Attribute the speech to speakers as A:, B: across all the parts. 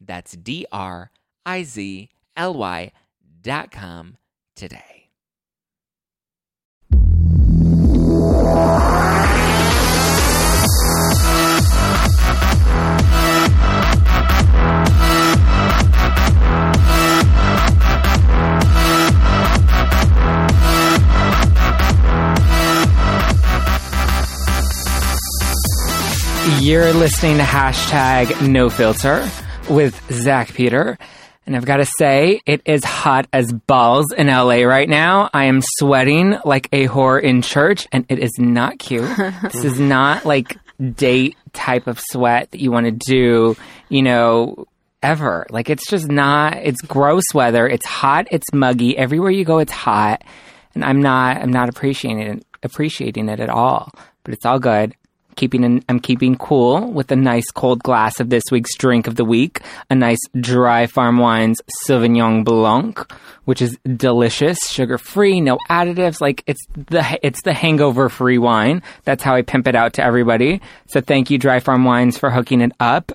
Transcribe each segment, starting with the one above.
A: That's D R I Z L Y dot com today.
B: You're listening to hashtag no filter with Zach Peter. And I've got to say, it is hot as balls in LA right now. I am sweating like a whore in church, and it is not cute. this is not like date type of sweat that you want to do, you know, ever. Like, it's just not, it's gross weather. It's hot, it's muggy. Everywhere you go, it's hot. And I'm not, I'm not appreciating it, appreciating it at all. But it's all good keeping an, I'm keeping cool with a nice cold glass of this week's drink of the week, a nice dry farm wines Sauvignon Blanc, which is delicious, sugar free, no additives. Like it's the it's the hangover free wine. That's how I pimp it out to everybody. So thank you, Dry Farm Wines, for hooking it up.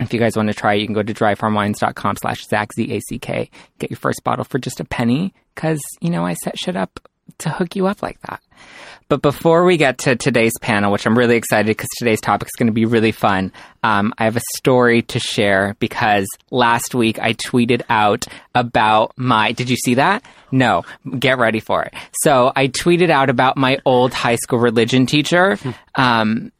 B: If you guys want to try it, you can go to dryfarmwines.com slash Zach, Z-A-C-K. Get your first bottle for just a penny because, you know, I set shit up to hook you up like that. But before we get to today's panel, which I'm really excited because today's topic is going to be really fun, um, I have a story to share because last week I tweeted out about my. Did you see that? No, get ready for it. So I tweeted out about my old high school religion teacher. Um,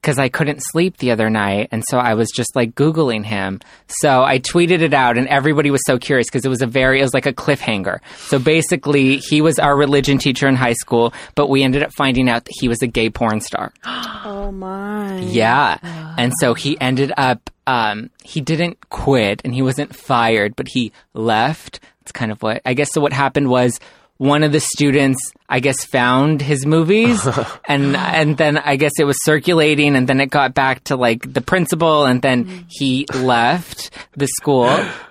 B: because I couldn't sleep the other night. And so I was just like Googling him. So I tweeted it out, and everybody was so curious because it was a very, it was like a cliffhanger. So basically, he was our religion teacher in high school, but we ended up finding out that he was a gay porn star.
C: Oh my.
B: Yeah. And so he ended up, um, he didn't quit and he wasn't fired, but he left. It's kind of what, I guess, so what happened was one of the students, I guess, found his movies and, and then I guess it was circulating and then it got back to like the principal and then he left the school.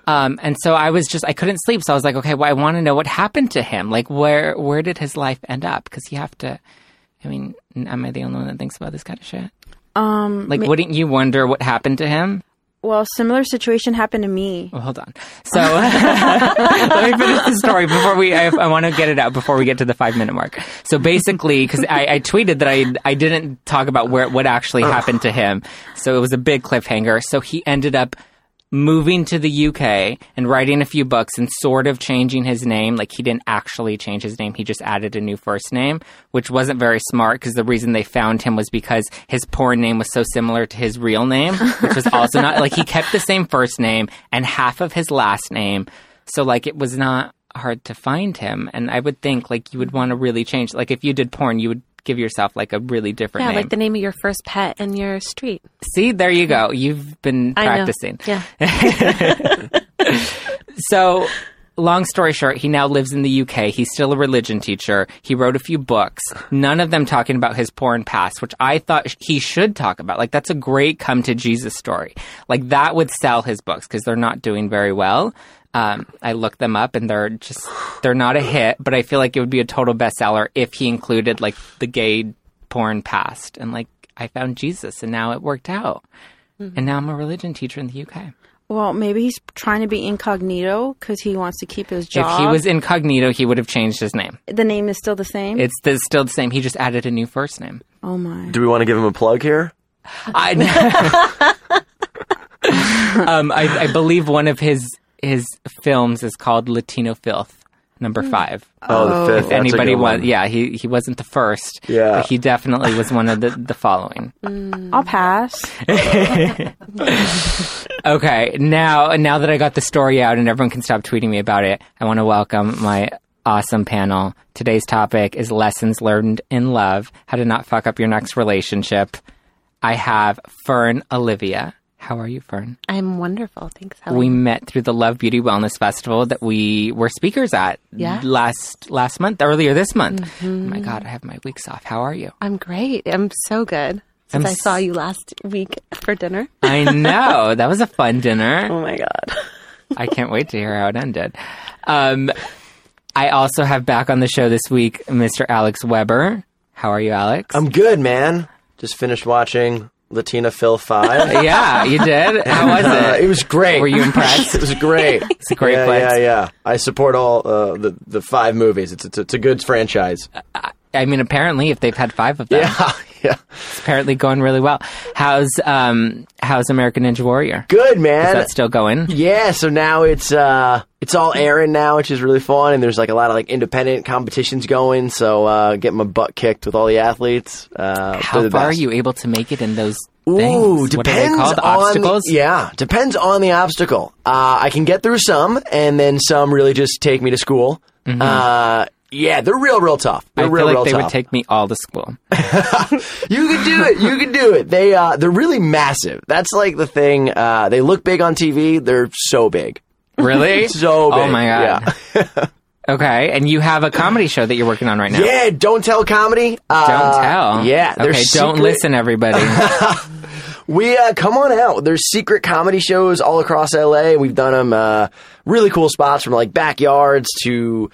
B: Um, and so I was just, I couldn't sleep. So I was like, okay, well, I want to know what happened to him. Like, where, where did his life end up? Cause you have to, I mean, am I the only one that thinks about this kind of shit?
C: Um.
B: Like, wouldn't you wonder what happened to him?
C: Well, similar situation happened to me.
B: Well, hold on. So let me finish the story before we. I, I want to get it out before we get to the five minute mark. So basically, because I, I tweeted that I I didn't talk about where what actually happened to him, so it was a big cliffhanger. So he ended up moving to the UK and writing a few books and sort of changing his name. Like he didn't actually change his name. He just added a new first name, which wasn't very smart because the reason they found him was because his porn name was so similar to his real name, which was also not like he kept the same first name and half of his last name. So like it was not hard to find him. And I would think like you would want to really change. Like if you did porn, you would give yourself like a really different
D: Yeah,
B: name.
D: like the name of your first pet and your street.
B: See, there you go. You've been
D: I know.
B: practicing.
D: Yeah.
B: so long story short he now lives in the uk he's still a religion teacher he wrote a few books none of them talking about his porn past which i thought sh- he should talk about like that's a great come to jesus story like that would sell his books because they're not doing very well um, i looked them up and they're just they're not a hit but i feel like it would be a total bestseller if he included like the gay porn past and like i found jesus and now it worked out and now i'm a religion teacher in the uk
C: Well, maybe he's trying to be incognito because he wants to keep his job.
B: If he was incognito, he would have changed his name.
C: the name is still the same.
B: It's the, still the same. He just added a new first name.
C: oh my.
E: Do we want to give him a plug here?
B: I, um, I, I believe one of his his films is called Latino Filth, number five.
C: Oh,
E: Oh, the fifth.
B: If
E: That's a
B: anybody
E: good
B: was,
E: one.
B: yeah, he he wasn't the first.
E: Yeah.
B: but he definitely was one of the the following.
D: Mm.
C: I'll pass.
B: Okay, now now that I got the story out and everyone can stop tweeting me about it, I want to welcome my awesome panel. Today's topic is lessons learned in love, how to not fuck up your next relationship. I have Fern Olivia. How are you, Fern?
D: I'm wonderful. Thanks. How are
B: We
D: you?
B: met through the Love Beauty Wellness Festival that we were speakers at
D: Yeah.
B: last last month, earlier this month. Oh my god, I have my weeks off. How are you?
D: I'm great. I'm so good.
B: I'm
D: Since I
B: s-
D: saw you last week for dinner.
B: I know. That was a fun dinner.
D: Oh my god.
B: I can't wait to hear how it ended. Um, I also have back on the show this week Mr. Alex Weber. How are you, Alex?
E: I'm good, man. Just finished watching Latina Phil 5.
B: yeah, you did. How was
E: Uh,
B: it?
E: it was great.
B: Were you impressed?
E: it was great. It's a
B: great
E: yeah,
B: place.
E: Yeah, yeah. I support all uh, the the five movies. It's it's, it's a good franchise.
B: I mean, apparently, if they've had five of them,
E: Yeah, yeah.
B: it's apparently going really well. How's um, How's American Ninja Warrior?
E: Good
B: Is
E: man.
B: that still going?
E: Yeah, so now it's uh it's all Aaron now, which is really fun, and there's like a lot of like independent competitions going. So uh, getting my butt kicked with all the athletes. Uh,
B: How
E: they're the
B: far are
E: best.
B: you able to make it in those things?
E: Ooh,
B: what are they
E: depends
B: called?
E: on
B: Obstacles?
E: yeah, depends on the obstacle. Uh, I can get through some, and then some really just take me to school. Uh, yeah, they're real, real tough.
B: Mm-hmm. I
E: They're
B: feel
E: real,
B: like
E: real
B: they
E: tough.
B: would take me all to school.
E: You can do it. You can do it. They uh, they're really massive. That's like the thing. Uh, they look big on TV. They're so big,
B: Really?
E: so big.
B: Oh my god. okay, and you have a comedy show that you're working on right now.
E: Yeah. Yeah, don't tell comedy. Uh,
B: Don't tell.
E: Yeah,
B: Okay.
E: there's
B: Don't listen, everybody.
E: We uh, come on out. There's secret comedy shows all across LA. We've done them uh, really cool spots from like backyards to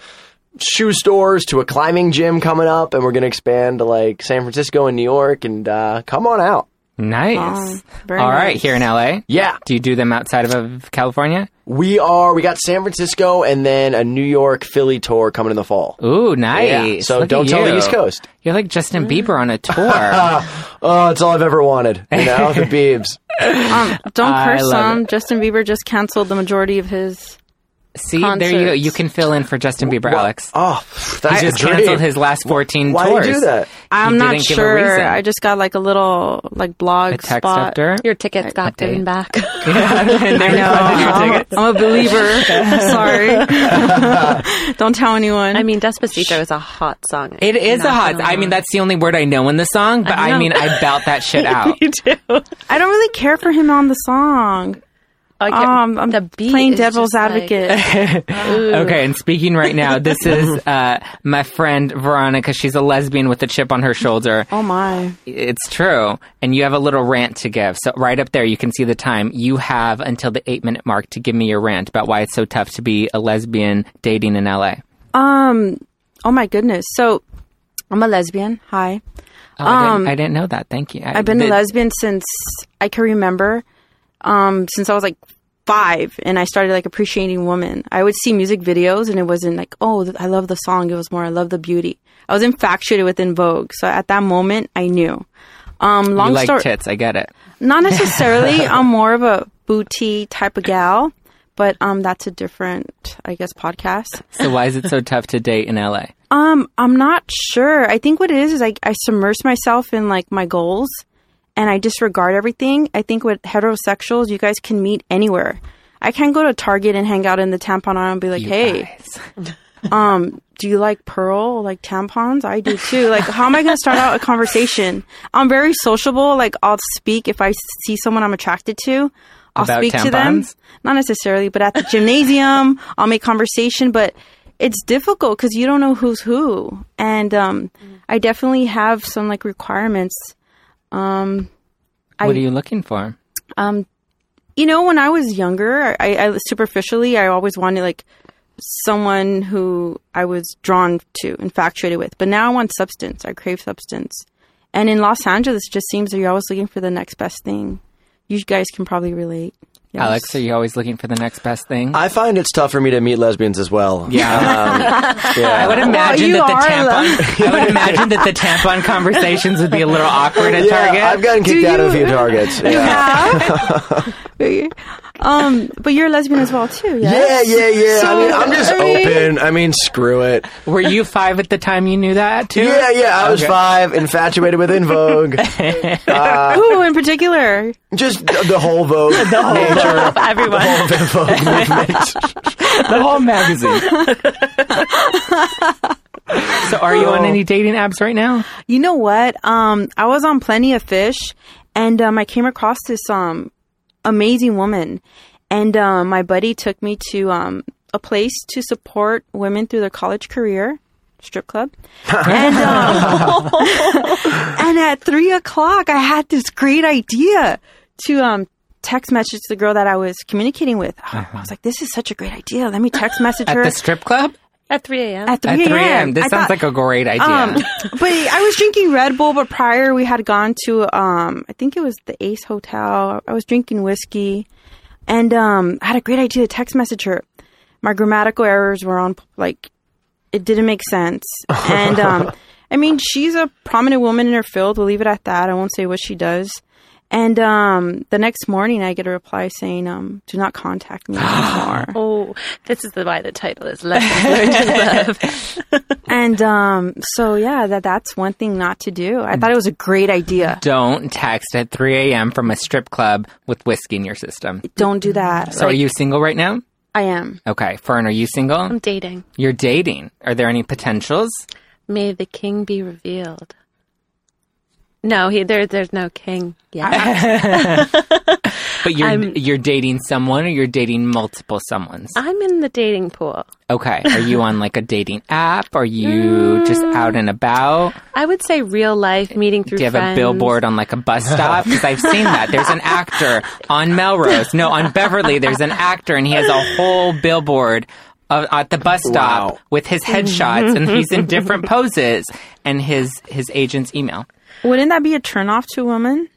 E: shoe stores to a climbing gym coming up, and we're gonna expand to like San Francisco and New York. And uh, come on out.
B: nice.
C: Oh, very
B: All right,
C: nice.
B: here in LA.
E: Yeah,
B: Do you do them outside of- of California?
E: we are. We got San Francisco and then a New York Philly tour coming in the fall.
B: Ooh, nice.
E: Yeah, so
B: Look at
E: don't tell the
B: you.
E: East Coast.
B: You're like Justin Bieber on a tour.
E: Oh, it's all I've ever wanted. You know, the Biebs.
C: Um, don't
B: I
C: curse
B: love
C: some. Justin Bieber just canceled the majority of his.
B: See, there you go.
C: Concerts.
B: You can fill in for Justin Bieber, Alex.
E: Oh, that's
B: I
E: a
B: just
E: dream.
B: canceled his last 14
E: Why
B: tours.
E: do you do that?
C: I'm
B: He
C: not
B: didn't give a reason.
C: sure. I just got like a little like blog
B: A text
C: spot.
B: after.
D: Your tickets got
B: date.
D: given back.
B: I
C: I'm, I'm a believer. Sorry. don't tell anyone.
D: I mean, Despacito is a hot song.
B: It is a
D: Not
B: hot.
D: gonna
B: I mean,
D: lie.
B: that's the only word I know in the song, but I,
D: know.
B: mean, I belt that shit out.
D: you do.
C: I don't really care for him on the song.
D: I can't-
C: Um, I'm
D: the beat
C: playing
D: is just
C: devil's
D: like-
C: advocate.
B: Okay, and speaking right now, this is uh, my friend Veronica. She's a lesbian with a chip on her shoulder.
C: oh my.
B: It's true. And you have a little rant to give. So, right up there, you can see the time. You have until the eight minute mark to give me your rant about why it's so tough to be a lesbian dating in LA.
C: Um. Oh my goodness. So, I'm a lesbian. Hi.
B: Oh, I,
C: Um,
B: didn't, I didn't know that. Thank you. I,
C: I've been
B: the-
C: a lesbian since I can remember, um, since I was like five, and I started like appreciating women. I would see music videos, and it wasn't like, oh, th- I love the song. It was more, I love the beauty. I was infatuated with In Vogue, so at that moment, I knew. Um, long
B: You like
C: story,
B: tits. I get it.
C: not necessarily. I'm more of a booty type of gal, but um, that's a different, I guess, podcast.
B: So, why is it so tough to date in LA?
C: Um, I'm not sure. I think what it is is I, I submerge myself in like my goals and I disregard everything. I think with heterosexuals, you guys can meet anywhere. I can go to Target and hang out in the tampon aisle and be like,
B: You
C: hey,
B: guys.
C: um, do you like pearl, like tampons? I do too. Like, how am I going to start out a conversation? I'm very sociable. Like, I'll speak if I see someone I'm attracted to. I'll
B: About
C: speak to them.
B: tampons?
C: Not necessarily, but at the gymnasium, I'll make conversation. But it's difficult because you don't know who's who. And um, I definitely have some like requirements. Um,
B: What are you looking for?
C: um, you know, when I was younger, I, I superficially, I always wanted like someone who I was drawn to, infatuated with. But now I want substance. I crave substance. And in Los Angeles, it just seems that you're always looking for the next best thing. You guys can probably relate. Yes.
B: Alex, are you always looking for the next best thing?
E: I find it's tough for me to meet lesbians as well. Um, yeah.
B: I would imagine
C: you
B: that the
C: are
B: tampon. I would imagine that the tampon conversations would be a little awkward at
E: Yeah,
B: Target.
E: I've gotten kicked
C: Do
E: out of a
C: you-
E: few Targets. Yeah.
C: Yeah. Um, but you're a lesbian as well too.
E: Yeah,
C: Yes?
E: yeah, yeah. I
C: So,
E: mean, I'm just
C: I mean-
E: open. I mean, screw it.
B: Were you five at the time you knew that too?
E: Yeah, yeah. I was five, infatuated with In Vogue.
C: Who in particular?
E: Just the the whole Vogue nature, the
D: Everyone.
E: whole In Vogue movement.
B: the whole magazine. so, are you on any dating apps right now?
C: You know what? Um, I was on Plenty of Fish, and um, I came across this um amazing woman, and um, my buddy took me to um a place to support women through their college career, strip club, and um, and at three o'clock I had this great idea to um. Text message the girl that I was communicating with. I was like, "This is such a great idea. Let me text message
B: Uh-huh. At
C: her
B: the strip club?
D: At 3 a.m.
C: at 3
B: At 3 a.m. This
C: I
B: sounds
C: thought-
B: like a great idea.
C: um, but I was drinking Red Bull, but prior we had gone to, um, I think it was the Ace Hotel. I was drinking whiskey and, um, I had a great idea to text message her. My grammatical errors were on, like, it didn't make sense. And, um, I mean, she's a prominent woman in her field. We'll leave it at that. I won't say what she does. And, um, the next morning I get a reply saying, um, do not contact me anymore.
D: Oh, this is the why the title is Lessons Learned in Love.
C: and, um, so yeah, that, that's one thing not to do. I thought it was a great idea.
B: Don't text at 3 a.m. from a strip club with whiskey in your system.
C: don't do that.
B: So, are
C: Like,
B: you single right now?
C: I am.
B: Okay. Fern, are you single?
D: I'm dating.
B: You're dating. Are there any potentials?
D: May the king be revealed. No, he, there, there's no king yet.
B: But you're
D: I'm- Uh,
B: you're dating someone or you're dating multiple someones.
D: I'm in the dating pool.
B: Okay. Are you on like a dating app? Are you
D: Mm.
B: just out and about?
D: I would say real life meeting through
B: Do you have
D: friends.
B: a billboard on like a bus stop? Because I've seen that. There's an actor on Melrose. No, on Beverly, there's an actor and he has a whole billboard of, at the bus stop
E: Wow.
B: with his headshots and he's in different poses and his, his agent's email.
C: Wouldn't that be a turnoff to a woman?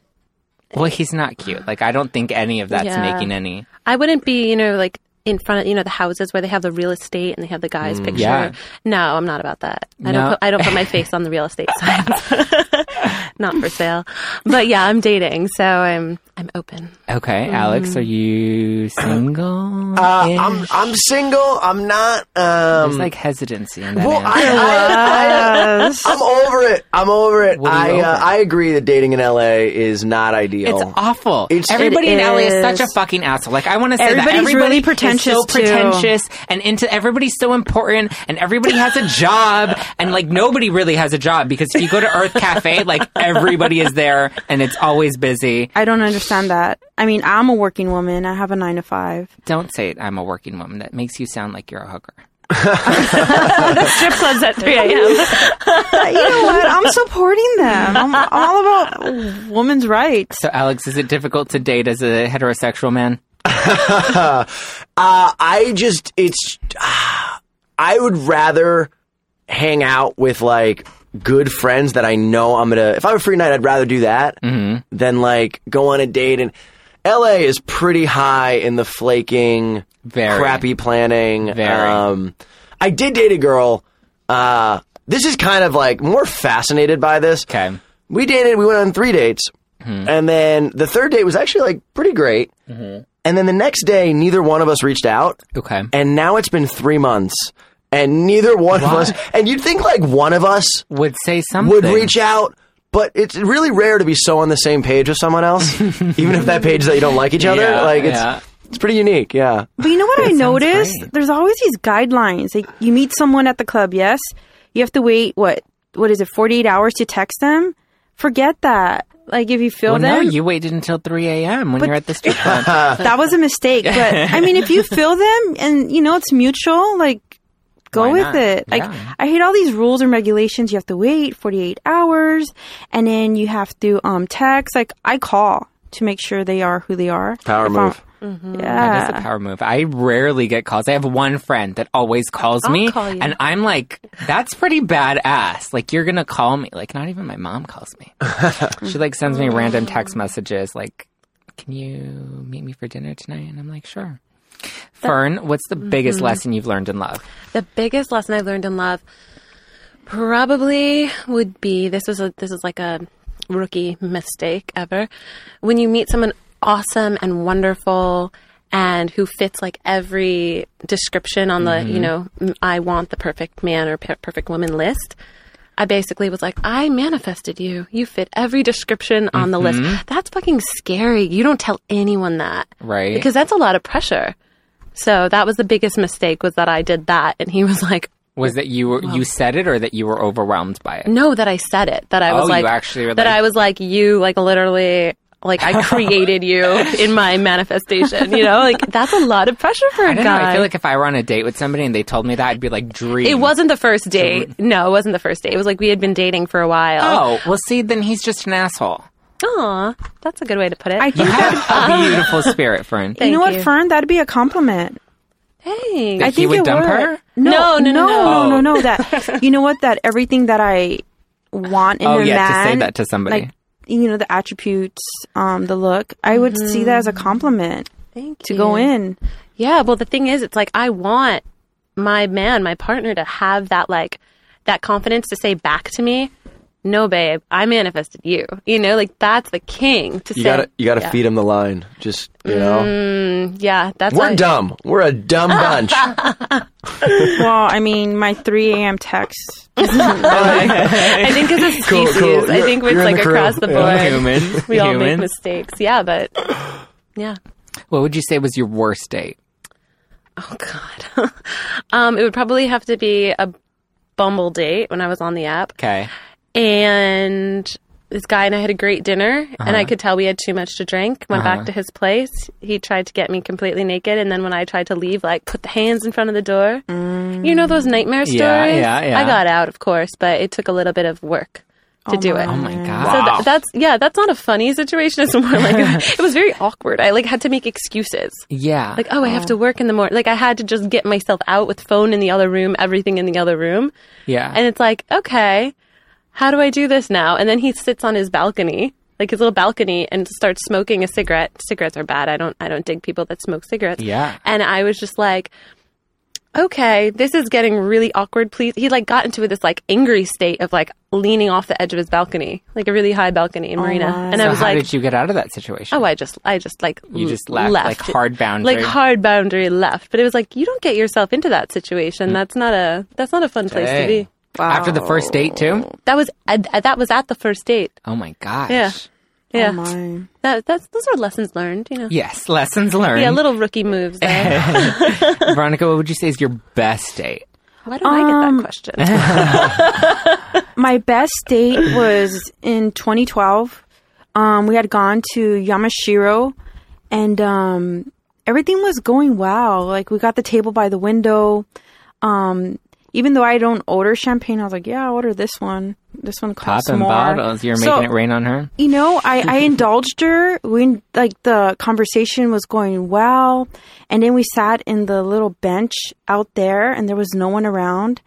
B: Well, he's not cute. Like, I don't think any of that's
D: Yeah.
B: making any.
D: I wouldn't be, you know, like in front of you know the houses where they have the real estate and they have the guy's picture.
B: Mm, yeah.
D: No, I'm not about that.
B: No.
D: I don't. Put, I don't put my face on the real estate signs. not for sale. But yeah, I'm dating, so I'm I'm open.
B: Okay,
D: Mm.
B: Alex, are you single?
E: Uh, I'm I'm single. I'm not. Um,
B: There's
C: Hmm.
B: like hesitancy in that.
E: well,
B: answer.
E: I, I, I, I'm over it. I'm over it.
B: What are you
E: I uh,
B: over?
E: I agree that dating in LA is not ideal.
B: It's awful.
E: It's-
B: Everybody
C: It
B: in LA is such a
C: is.
B: fucking asshole. Like I want to say that
C: Everybody's
B: everybody
C: really
B: is
C: pretentious,
B: so
C: too.
B: pretentious, and into everybody's so important, and everybody has a job, and like nobody really has a job because if you go to Earth Cafe, like everybody is there, and it's always busy.
C: I don't understand that. I mean, I'm a working woman. I have a nine to five.
B: Don't say I'm a working woman. That makes you sound like you're a hooker.
D: The strip clubs at 3 a.m.
C: But you know what? I'm supporting them. I'm, I'm all about women's rights.
B: So Alex, is it difficult to date as a heterosexual man?
E: Uh, I just it's. uh, I would rather hang out with like good friends that I know I'm gonna. If I have a free night, I'd rather do that
B: Mm-hmm.
E: than like go on a date. And LA is pretty high in the flaking,
B: Very.
E: crappy planning.
B: Very.
E: Um, I did date a girl. Uh, this is kind of like more fascinated by this.
B: Okay.
E: We dated. We went on three dates,
B: Hmm.
E: and then the third date was actually like pretty great.
B: Mm-hmm.
E: And then the next day, neither one of us reached out
B: Okay.
E: and now it's been three months and neither one of us and you'd think like one of us
B: Would say something.
E: would reach out but it's really rare to be so on the same page with someone else even if that page is that you don't like each other
B: Yeah,
E: like it's
B: yeah.
E: it's pretty unique yeah
C: But you know what I noticed?
B: great.
C: There's always these guidelines. Like you meet someone at the club, yes, you have to wait what? What is it? 48 hours to text them? Forget that. Like if you feel
B: Well, no,
C: them,
B: you waited until 3 a.m. when you're at the strip club.
C: that was a mistake. But I mean, if you feel them and you know it's mutual, like go
B: Why
C: with
B: not?
C: it. Like
B: Yeah.
C: I hate all these rules and regulations. You have to wait 48 hours, and then you have to um text. Like I call to make sure they are who they are.
E: Power
C: If I'm-
E: move.
C: Yeah.
B: That is a power move. Mm-hmm. I rarely get calls. I have one friend that always calls me,
D: call you.
B: and I'm like, "That's pretty badass." Like you're gonna call me. Like not even my mom calls me. she like sends me random text messages. Like, "Can you meet me for dinner tonight?" And I'm like, "Sure." Fern, what's the biggest lesson you've learned in love?
D: The biggest lesson I've learned in love probably would be this was a this is like a rookie mistake ever. When you meet someone awesome and wonderful and who fits like every description on the, you know, m- I want the perfect man or per- perfect woman list. I basically was like, I manifested you. You fit every description on the list. That's fucking scary. You don't tell anyone that.
B: Right.
D: Because that's a lot of pressure. So that was the biggest mistake was that I did that and he was like,
B: Was that you were, you said it or that you were overwhelmed by it?
D: no, that I said it. That I was
B: Oh, you
D: like,
B: actually were
D: that
B: like-
D: I was like, you like literally, like I created you in my manifestation. You know, like that's a lot of pressure for a
B: I don't know.
D: guy.
B: I feel like if I were on a date with somebody and they told me that, I'd be like, dream.
D: it wasn't the first date. No, it wasn't the first date. It was like we had been dating for a while.
B: Oh, well, see, then he's just an asshole.
D: Aw, that's a good way to put it.
C: I
B: You
C: think
B: have
C: that
B: a beautiful spirit, friend.
C: you know
D: Thank
C: what,
D: you.
C: Fern, that'd be a compliment.
D: Hey.
B: That
C: I
B: he
C: think
B: would
C: it
B: dump
C: would.
B: her?
D: No, no, no,
C: no,
B: no.
C: no, no, no. That you know what? That everything that I want in
B: Oh,
C: a
B: yeah, to
C: man,
B: say that to somebody.
C: like you know, the attributes, um, the look. I would see that as a compliment
D: Thank
C: to go in.
D: Yeah, well, the thing is, it's like I want my man, my partner, to have that like that confidence to say back to me, "No, babe, I manifested you." You know, like that's the king to
E: You
D: say.
E: gotta you gotta
D: yeah.
E: feed him the line. Just you
B: Mm,
E: know,
D: Yeah, that's
E: we're
D: what-
E: dumb. We're a dumb bunch.
C: Well, I mean, my 3 a.m. text.
D: I think as a species,
E: Cool, cool.
D: I
E: You're-
D: think it's
E: you're in
D: like
E: the crew.
D: across the
E: Yeah.
D: board.
B: Human.
D: We all make
B: Human.
D: mistakes. Yeah, but yeah.
B: What would you say was your worst date?
D: Oh God. um, it would probably have to be a Bumble date when I was on the app.
B: Okay.
D: and this guy and I had a great dinner, and
E: Uh-huh.
D: I could tell we had too much to drink. Went back to his place. He tried to get me completely naked, and then when I tried to leave, like put the hands in front of the door.
E: Mm.
D: You know those nightmare stories.
B: Yeah, yeah, yeah.
D: I got out, of course, but it took a little bit of work to do it.
B: Oh my god.
D: So th- that's yeah, that's not a funny situation. It's more like it was very awkward. I like had to make excuses.
B: yeah.
D: Like, oh, I have to work in the morning. Like, I had to just get myself out with phone in the other room, everything in the other room.
B: yeah.
D: And it's like, okay, how do I do this now? And then he sits on his balcony, like his little balcony, and starts smoking a cigarette. Cigarettes are bad. I don't I don't dig people that smoke cigarettes.
B: Yeah.
D: And I was just like, okay, this is getting really awkward. Please, he like got into this like angry state of like leaning off the edge of his balcony, like a really high balcony in Marina.
C: my.
D: And I
B: so
D: was
B: how
D: like,
B: did you get out of that situation?
D: Oh, I just, I just like
B: You
D: l-
B: just left, like, hard boundary.
D: like hard boundary left. But it was like you don't get yourself into that
B: Mm.
D: situation. That's not a, that's not a fun place to
E: Dang.
D: be.
B: After the first date too?
D: That was at, at- that was at the first date.
B: Oh my gosh.
D: Yeah. Yeah,
C: Oh my.
D: that, that's those are lessons learned. You know,
B: Yes. Lessons learned.
D: yeah, little rookie moves. There.
B: Veronica, what would you say is your best date?
D: Why don't I
C: Um,
D: get that question?
C: My best date was in 2012. Um, we had gone to Yamashiro, and um, everything was going well. Like we got the table by the window. Um, even though I don't order champagne, I was like, "Yeah, I'll order this one. This one costs
B: Popping
C: more."
B: bottles. You're
C: So-
B: making it rain on her.
C: you know, I, I indulged her. We like the conversation was going well, and then we sat in the little bench out there, and there was no one around,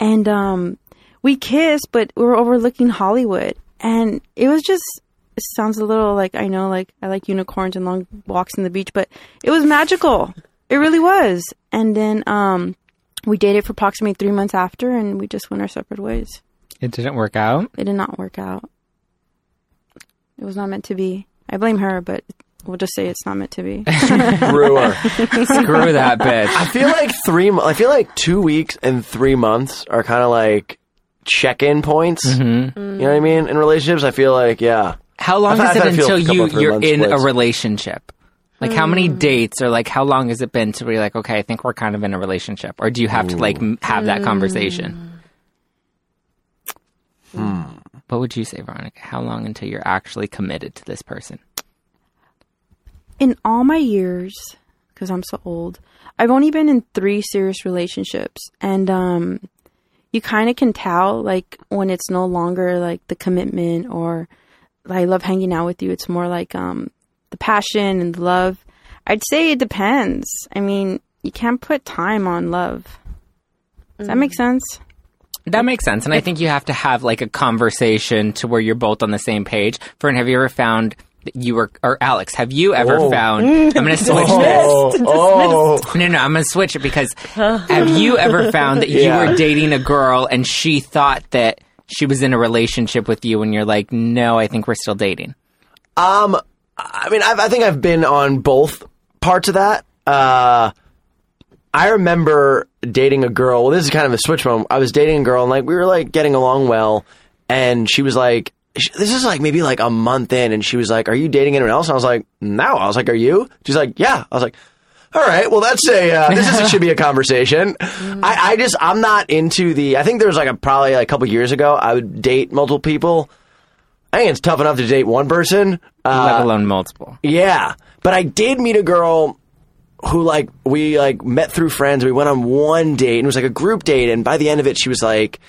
C: and um, we kissed, but we were overlooking Hollywood, and it was just. It sounds a little like I know, like I like unicorns and long walks in the beach, but it was magical. It really was. And then um, we dated for approximately three months after, and we just went our separate ways.
B: It didn't work out.
C: It did not work out. It was not meant to be. I blame her, but we'll just say it's not meant to be.
E: Brewer.
B: Screw that bitch.
E: I feel like three. mo- I feel like two weeks and three months are kind of like check-in points. You know what I mean? In relationships, I feel like yeah.
B: How long
E: I
B: is it
E: thought- I feel
B: until
E: a couple
B: you
E: of three
B: you're
E: months
B: in a
E: was-
B: relationship? Like how many dates or like how long has it been to where you're like, okay, I think we're kind of in a relationship, or do you have to like m- have that conversation? What would you say, Veronica? How long until you're actually committed to this person?
C: in all my years, because I'm so old, I've only been in three serious relationships, and um, you kind of can tell like when it's no longer like the commitment or I love hanging out with you. It's more like um, the passion and the love. I'd say it depends. I mean, you can't put time on love. Does that make sense?
B: That makes sense. And I think you have to have like a conversation to where you're both on the same page. Fern, have you ever found that you were, or Alex, have you ever
E: Whoa.
B: found, I'm going to switch this.
E: Oh, oh.
B: No, no, I'm going to switch it because have you ever found that you
E: Yeah.
B: were dating a girl and she thought that she was in a relationship with you and you're like, no, I think we're still dating?
E: Um, I mean, I've, I think I've been on both parts of that. Uh, I remember dating a girl. Well, this is kind of a switch moment. I was dating a girl, and like we were like getting along well, and she was like, sh- "This is like maybe like a month in," and she was like, "Are you dating anyone else?" And I was like, "No." I was like, "Are you?" She's like, "Yeah." I was like. All right. Well, that's a uh, this is it should be a conversation. I, I just I'm not into the. I think there was like a probably like a couple years ago. I would date multiple people. I think it's tough enough to date one person. Uh,
B: let alone multiple.
E: yeah, but I did meet a girl who like we like met through friends. We went on one date and it was like a group date, and by the end of it, she was like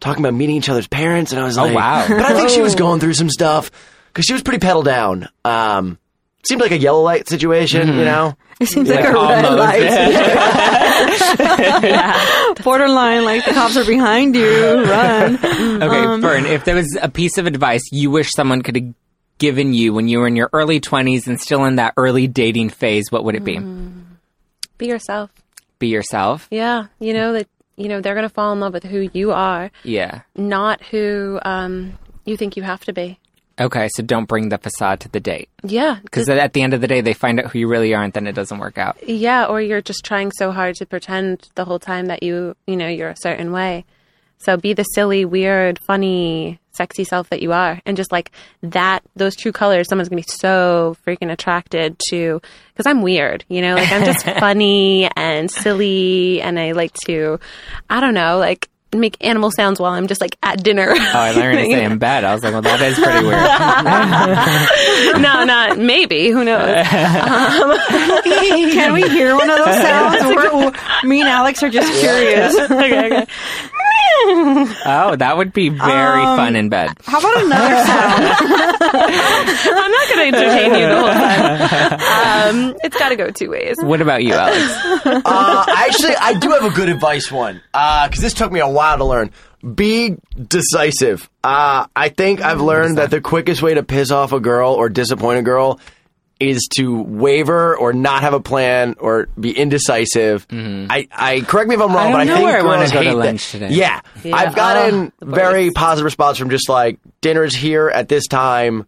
E: talking about meeting each other's parents, and I was like,
B: wow.
E: But I think she was going through some stuff because she was pretty pedal down. Um, seemed like a yellow light situation, you know.
C: It seems like, a red
B: almost.
C: light. Borderline, like the cops are behind you. Run.
B: Okay, Fern, if there was a piece of advice you wish someone could have given you when you were in your early 20s and still in that early dating phase, what would it be?
D: Be yourself.
B: Be yourself?
D: Yeah, you know that you know they're going to fall in love with who you are,
B: Yeah.
D: not who um, you think you have to be.
B: Okay, so don't bring the facade to the date.
D: Yeah,
B: Because at the end of the day, they find out who you really are and then it doesn't work out. Oh,
D: Yeah, or you're just trying so hard to pretend the whole time that you, you know, you're a certain way. So be the silly, weird, funny, sexy self that you are. And just like that, those true colors, someone's going to be so freaking attracted to. Because I'm weird, you know, like I'm just funny and silly and I like to, I don't know, like make animal sounds while I'm just like at dinner.
B: Oh, I learned to say in bed. I was like, well, that is pretty weird.
D: no, not maybe. Who knows?
C: Can we hear one of those sounds? We're, me and Alex are just curious.
D: okay, okay.
B: Oh, that would be very fun in bed.
C: How about another sound?
D: I'm not going to entertain you the whole time. Um, it's got to go two ways.
B: What about you, Alex?
E: uh, actually, I do have a good advice one because this took me a while to learn. Be decisive. Uh, I think I've learned that the quickest way to piss off a girl or disappoint a girl is to waver or not have a plan or be indecisive. I, I correct me if I'm wrong,
B: I
E: but I
B: don't know
E: think
B: where I wanna
E: girls
B: go to
E: hate that.
B: lunch today. Oh,
E: Yeah, I've gotten
D: the
E: very positive response from just like dinner's here at this time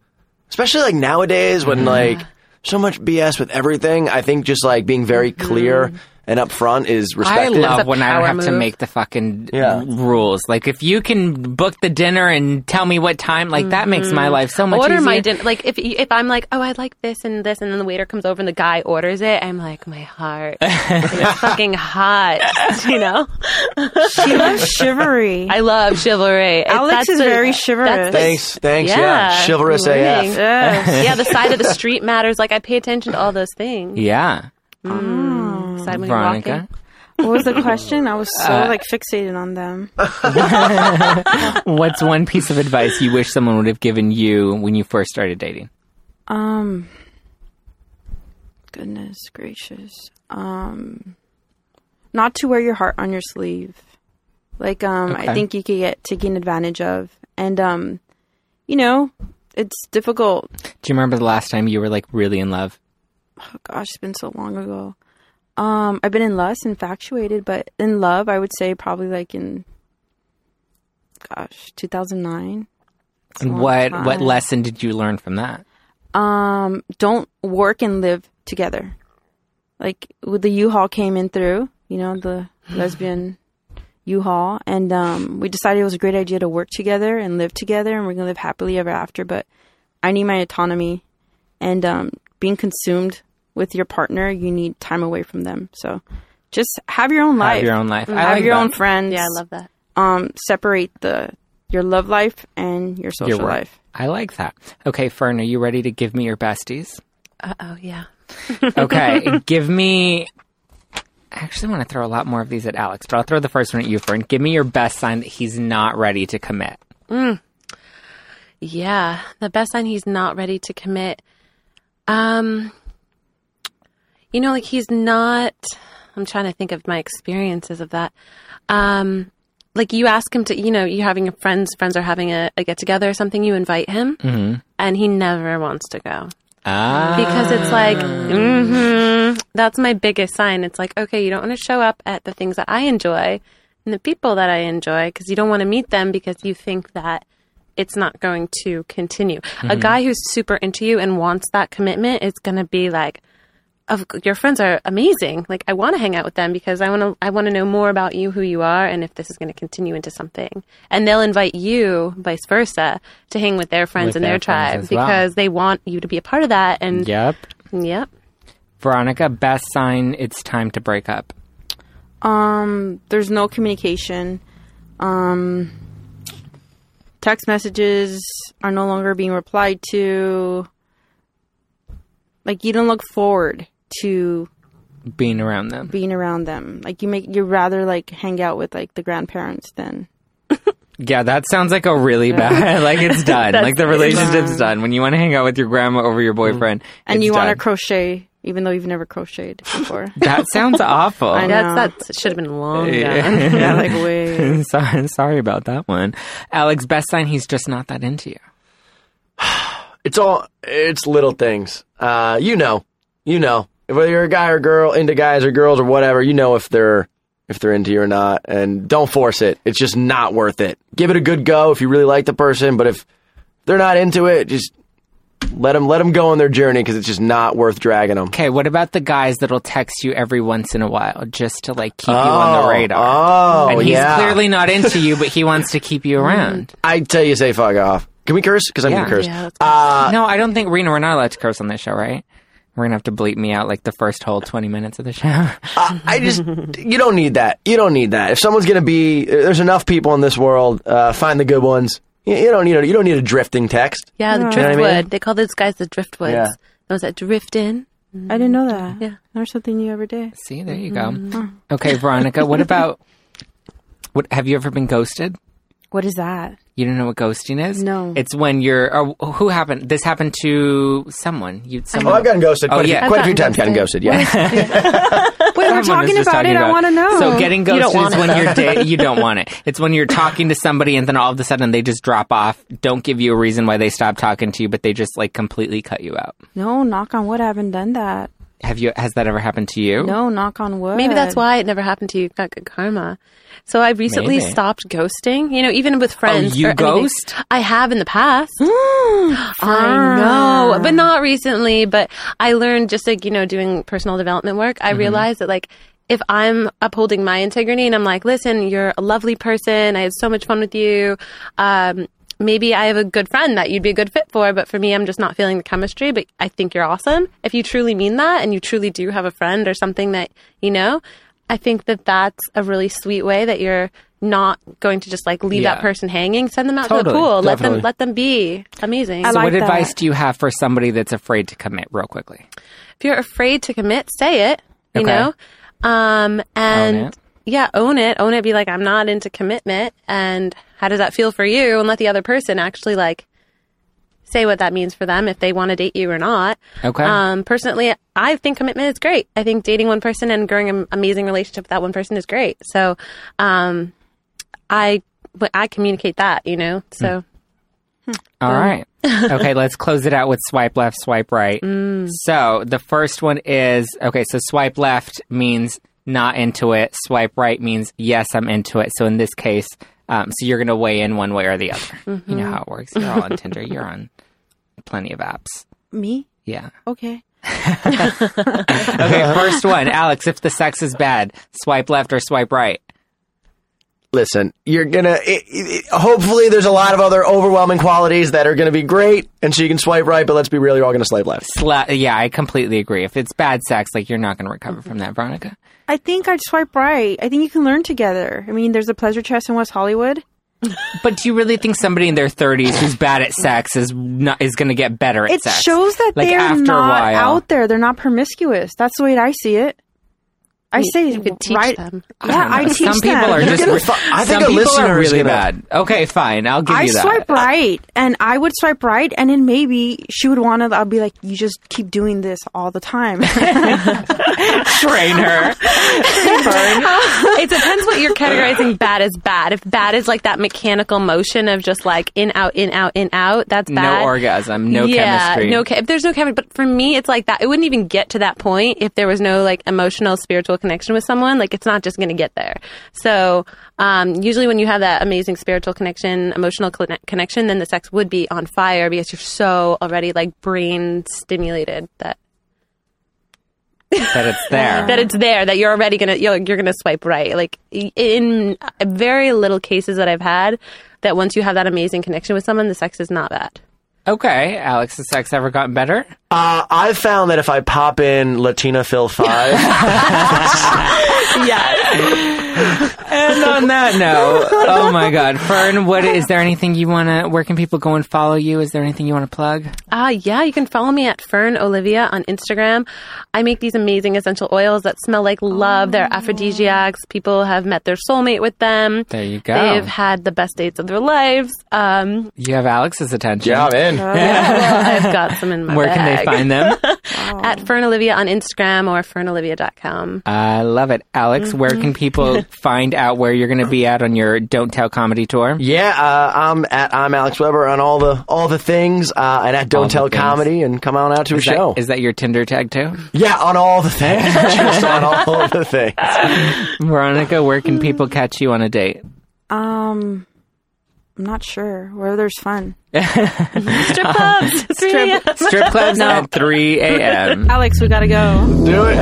E: especially like nowadays when like so much BS with everything. I think just like being very clear and upfront is
B: I
E: respected.
B: love
D: a
B: when I
D: power
B: don't have to
D: move.
B: make the fucking
E: Yeah.
B: rules. Like, if you can book the dinner and tell me what time, like, that makes my life so much
D: order
B: easier.
D: my dinner. Like if if I'm like, oh, I'd like this and this, and then the waiter comes over and the guy orders it, I'm like, my heart, it's fucking hot. You know,
C: She loves chivalry.
D: I love chivalry. It-
C: Alex
D: that's
C: is
D: the-
C: very
D: that's
C: chivalrous.
D: the-
E: Thanks, thanks, yeah, chivalrous
D: Right.
E: AF.
C: Yes.
D: yeah, the side of the street matters. Like I pay attention to all those things.
B: Yeah.
D: Side when you're walking.
B: Veronica?
C: What was the question? I was so like fixated on them.
B: What's one piece of advice you wish someone would have given you when you first started dating?
C: Um, goodness gracious. Um, not to wear your heart on your sleeve. Like, um, I
B: Okay.
C: think you could get taken advantage of, and um, you know, it's difficult.
B: Do you remember the last time you were like really in love?
C: Oh, gosh, it's been so long ago. Um, I've been in lust, infatuated, but in love, I would say probably like in, gosh, two thousand nine.
B: And
C: long
B: what
C: time.
B: what lesson did you learn from that?
C: um, don't work and live together. Like with the U-Haul came in through, you know, the lesbian U-Haul, and um, we decided it was a great idea to work together and live together, and we're gonna live happily ever after. But I need my autonomy, and um, being consumed with your partner, you need time away from them. So just have your own life,
B: Have your own life. I
C: Have
B: like
C: your
B: that.
C: own friends.
D: Yeah, I love that.
C: Um, separate the your love life and your social
B: work.
C: life.
B: I like that. Okay, Fern, are you ready to give me your besties?
D: Uh oh, yeah.
B: Okay, give me. I actually want to throw a lot more of these at Alex, but I'll throw the first one at you, Fern. Give me your best sign that he's not ready to commit.
D: Yeah, the best sign he's not ready to commit. Um, you know, like he's not. I'm trying to think of my experiences of that. Um, like you ask him to, you know, you're having your friends, friends are having a, a get together or something. You invite him, and he never wants to go
B: Ah,
D: because it's like, hmm that's my biggest sign. It's like, okay, you don't want to show up at the things that I enjoy and the people that I enjoy because you don't want to meet them because you think that it's not going
B: Mm-hmm.
D: to continue. A guy who's super into you and wants that commitment is going to be like, of your friends are amazing. Like I want to hang out with them because I want to I want to know more about you, who you are, and if this is going to continue into something. And they'll invite you, vice versa, to hang with their friends
B: With
D: and
B: their
D: their,
B: friends
D: tribe
B: as well.
D: because they want you to be a part of that. And
B: Yep.
D: yep.
B: Veronica, best sign it's time to break up.
C: Um, there's no communication. Um, text messages are no longer being replied to. Like you don't look forward to
B: Being around them.
C: being around them. Like you make you rather like hang out with like the grandparents than
B: Yeah, that sounds like a really bad. Like it's done. like the relationship's done. When you want to hang out with your grandma over your boyfriend,
C: Mm. and
B: it's
C: you want
B: done.
C: to crochet even though you've never crocheted before.
B: that sounds awful.
C: I know.
D: That's that should have been long gone.
C: yeah, like wait.
B: sorry, sorry about that one, Alex. Best sign he's just not that into you.
E: It's all it's little things. Uh, you know, you know whether you're a guy or girl, into guys or girls or whatever. You know if they're if they're into you or not, and don't force it. It's just not worth it. Give it a good go if you really like the person, but if they're not into it, just let them let them go on their journey because it's just not worth dragging them.
B: Okay, what about the guys that'll text you every once in a while just to like keep you on the radar?
E: Oh,
B: and he's
E: yeah. Mm,
B: clearly not into you, but he wants to keep you around.
E: I tell you, say fuck off. Can we curse? Because I'm
B: Yeah.
E: gonna curse.
D: Yeah, let's
E: uh,
B: no, I don't think Rena. We're not allowed to curse on this show, right? We're gonna have to bleep me out like the first whole twenty minutes of the show.
E: I, uh, I just you don't need that. You don't need that. If someone's gonna be, there's enough people in this world. Uh, find the good ones. You, you don't need a you don't need a drifting text.
D: Yeah, the
E: You know what I
D: driftwood.
E: mean?
D: They call those guys the driftwoods.
E: Yeah.
D: Those that drift in.
C: I didn't know that.
D: Yeah.
C: There's something new every day.
B: See, there you go.
E: Mm.
B: Okay, Veronica, what about what have you ever been ghosted?
C: What is that?
B: You don't know what ghosting is?
C: No.
B: It's when you're or who happened this happened to someone. You
E: Oh,
B: someone
E: I've gotten ghosted.
B: Oh,
E: Quite,
B: yeah.
E: a, few, quite a
D: I've
E: few
D: gotten
E: times. Gotten ghosted. Yeah.
C: Wait, we're
B: Someone
C: talking
B: is just
C: about it. I want to know.
B: So getting
D: don't
B: ghosted
D: want
B: is
D: it,
B: when you're da- you don't want it. It's when you're talking to somebody and then all of a sudden they just drop off, don't give you a reason why they stopped talking to you, but they just like completely cut you out.
C: no, knock on wood. I haven't done that.
B: Have you has that ever happened to you?
C: No, knock on wood.
D: Maybe that's why it never happened to you. You've got good karma. So I recently
B: Maybe.
D: stopped ghosting. You know, even
E: Oh,
D: with friends.
B: you
D: or anything.
B: ghost?
D: I have in the past. I know, Oh, but not recently. But I learned just like you know, doing personal development work.
B: Mm-hmm.
D: I realized that like. If I'm upholding my integrity and I'm like, listen, you're a lovely person. I had so much fun with you. Um, maybe I have a good friend that you'd be a good fit for, but for me, I'm just not feeling the chemistry. But I think you're awesome. If you truly mean that and you truly do have a friend or something that, you know, I think that that's a really sweet way that you're not going to just like leave
B: Yeah.
D: that person hanging. Send them out to the
B: Totally.
D: pool. Let
E: Definitely.
D: them let them be. Amazing.
C: I
B: So
C: like
B: what
C: that.
B: advice do you have for somebody that's afraid to commit real quickly?
D: if you're afraid to commit, say it. You
B: Okay.
D: know, um, and
B: Own it.
D: yeah, own it. Own it. Be like, I'm not into commitment. And how does that feel for you? And let the other person actually like say what that means for them if they want to date you or not.
B: Okay.
D: Um, personally, I think commitment is great. I think dating one person and growing an amazing relationship with that one person is great. So, um, I but I communicate that, you know.
B: Hmm.
D: So
B: All right. okay, let's close it out with swipe left, swipe right. So the first one is okay, so swipe left means not into it, swipe right means yes, I'm into it. So in this case, um, so you're going to weigh in one way or the other. You know how it works. You're all on Tinder, you're on plenty of apps.
C: me.
B: Yeah.
C: Okay.
B: Okay, first one, Alex, if the sex is bad, swipe left or swipe right?
E: Listen, you're gonna. It, it, it- hopefully, there's a lot of other overwhelming qualities that are gonna be great, and so you can swipe right. But let's be real, you're all gonna swipe left.
B: Sla- yeah, I completely agree. If it's bad sex, like you're not going to recover from that, Veronica.
C: I think I'd swipe right. I think you can learn together. I mean, there's a pleasure chest in West Hollywood.
B: But do you really think somebody in their 30s who's bad at sex is not, is going to get better at
C: It
B: sex?
C: shows that
B: Like,
C: they're
B: after a
C: not
B: while.
C: out there. They're not promiscuous. That's the way I see it. I say
D: you could teach
C: right-
D: them.
C: Yeah, I,
B: I
C: teach
B: Some people
C: them.
B: are just.
E: gonna fu- I
B: some
E: think a
B: people
E: listener
B: are
E: is
B: really
E: gonna-
B: bad. Okay, fine. I'll give
C: I
B: you that.
C: swipe right, and I would swipe right, and then maybe she would want to. I'll be like, you just keep doing this all the time.
B: Train her.
D: it depends what you're categorizing bad as bad. If bad is like that mechanical motion of just like in out in out in out, that's bad.
B: No orgasm. No
D: yeah,
B: chemistry.
D: no. Che- if there's no chemistry, but for me, it's like that. It wouldn't even get to that point if there was no like emotional, spiritual connection with someone. Like it's not just going to get there. So um, usually, when you have that amazing spiritual connection, emotional conne- connection, then the sex would be on fire because you're so already like brain stimulated that
B: that it's there.
D: that it's there that you're already gonna you're, you're gonna swipe right like i- in very little cases that i've had that once you have that amazing connection with someone the sex is not bad
B: okay, Alex, has sex ever gotten better?
E: Uh, I've found that if I pop in Latina Phil 5,
D: yeah
B: And on that note, oh my God, Fern, what is there anything you want to? Where can people go and follow you? Is there anything you want to plug?
D: ah yeah you can follow me at fern olivia on instagram i make these amazing essential oils that smell like love they're aphrodisiacs people have met their soulmate with them
B: There you go.
D: they've had the best dates of their lives um
B: You have Alex's attention.
E: yeah, I'm
D: Oh,
E: in.
D: well, i've got some in my
B: Where can they
D: bag.
B: find them?
D: at fern olivia on instagram or fernolivia.com
B: I love it. Alex, where can people find out where you're going to be at on your Don't Tell comedy tour?
E: Yeah, uh, I'm at I'm Alex Weber on all the all the things, uh, and at Don't
B: the
E: Tell
B: things.
E: Comedy, and come on out to
B: Is
E: a
B: that-
E: show.
B: is that your Tinder tag too?
E: yeah, on all the things, just on all the things.
B: Veronica, where can people catch you on a date?
C: Um, I'm not sure. Where there's fun.
D: strip clubs 3 a.m.
B: Strip clubs at 3 a.m.
C: Alex, we gotta go.
E: Do it.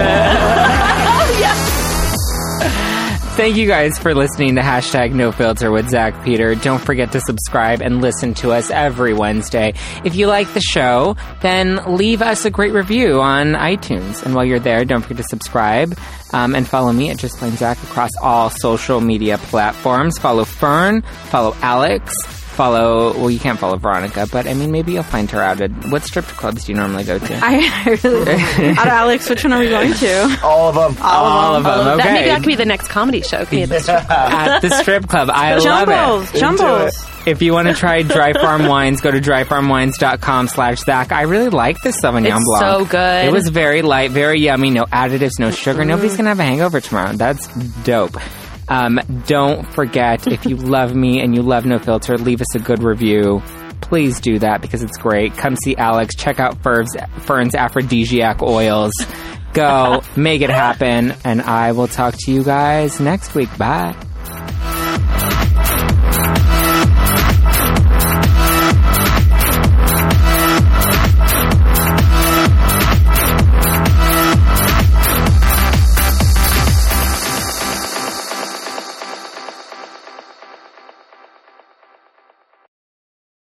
B: Thank you guys for listening to hashtag no filter with Zach Peter. Don't forget to subscribe and listen to us every Wednesday. If you like the show, then leave us a great review on iTunes. And while you're there, don't forget to subscribe um, and follow me at Just Plain Zach across all social media platforms. Follow Fern, follow Alex, follow, well, you can't follow Veronica, but I mean, maybe you'll find her out at what strip clubs do you normally go to?
C: I, I really. Out of Alex, which one are we going to?
E: All of them.
B: all of them.
D: That,
B: Okay.
D: maybe that could be the next comedy show. Could be the strip club.
B: at the strip club. I love it.
C: Jumbles. Jumbles.
B: If you want to try Dry Farm Wines, go to dryfarmwines.com slash Zach. I really like this Sauvignon
D: It's
B: Blanc.
D: so good.
B: It was very light, very yummy, no additives, no sugar. Nobody's going to have a hangover tomorrow. That's dope. Um, don't forget, if you love me and you love No Filter, leave us a good review. Please do that because it's great. Come see Alex. Check out Fern's, Fern's aphrodisiac oils. Go, make it happen. And I will talk to you guys next week. Bye.